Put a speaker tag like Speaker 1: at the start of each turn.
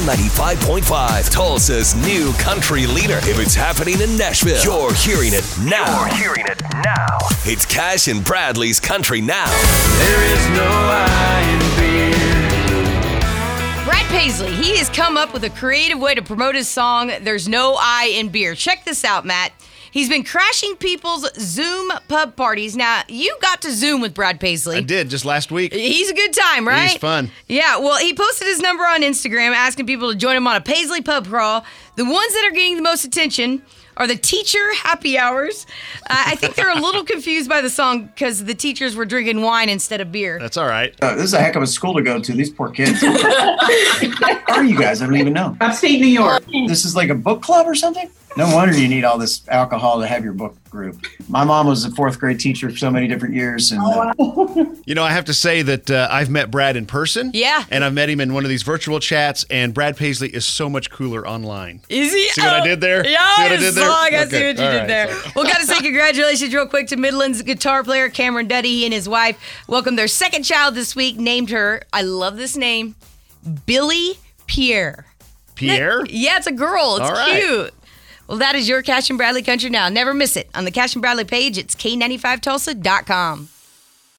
Speaker 1: K95.5, Tulsa's new country leader. If it's happening in Nashville, you're hearing it now.
Speaker 2: You're hearing it now.
Speaker 1: It's Cash and Bradley's Country Now.
Speaker 3: There is no I in beer.
Speaker 4: Brad Paisley, he has come up with a creative way to promote his song, There's No I in Beer. Check this out, Matt. He's been crashing people's Zoom pub parties. Now, you got to Zoom with Brad Paisley.
Speaker 5: I did just last week.
Speaker 4: He's a good time, right?
Speaker 5: fun.
Speaker 4: Yeah, well, he posted his number on Instagram asking people to join him on a Paisley pub crawl. The ones that are getting the most attention are the teacher happy hours. Uh, I think they're a little confused by the song because the teachers were drinking wine instead of beer.
Speaker 5: That's all right.
Speaker 6: Uh, this is a heck of a school to go to. These poor kids. Where are you guys? I don't even know.
Speaker 7: Upstate New York.
Speaker 6: This is like a book club or something. No wonder you need all this alcohol to have your book group. My mom was a fourth grade teacher for so many different years, and
Speaker 7: Oh,
Speaker 6: uh,
Speaker 5: You know, I have to say that uh, I've met Brad in person.
Speaker 4: Yeah.
Speaker 5: And I've met him in one of these virtual chats, and Brad Paisley is so much cooler online.
Speaker 4: Is he?
Speaker 5: See what I
Speaker 4: Oh,
Speaker 5: did there?
Speaker 4: Yeah,
Speaker 5: See what I
Speaker 4: I
Speaker 5: did
Speaker 4: saw.
Speaker 5: there?
Speaker 4: I see
Speaker 5: Okay,
Speaker 4: what you
Speaker 5: all
Speaker 4: did
Speaker 5: right,
Speaker 4: there.
Speaker 5: sorry.
Speaker 4: Well, gotta say congratulations real quick to Midland's guitar player Cameron Duddy. He and his wife welcomed their second child this week. Named her. I love this name, Billy Pierre.
Speaker 5: Pierre?
Speaker 4: Yeah, it's a girl. It's
Speaker 5: All right.
Speaker 4: cute. Well, that is your Cash and Bradley Country now. Never miss it. On the Cash and Bradley page, it's k95tulsa.com.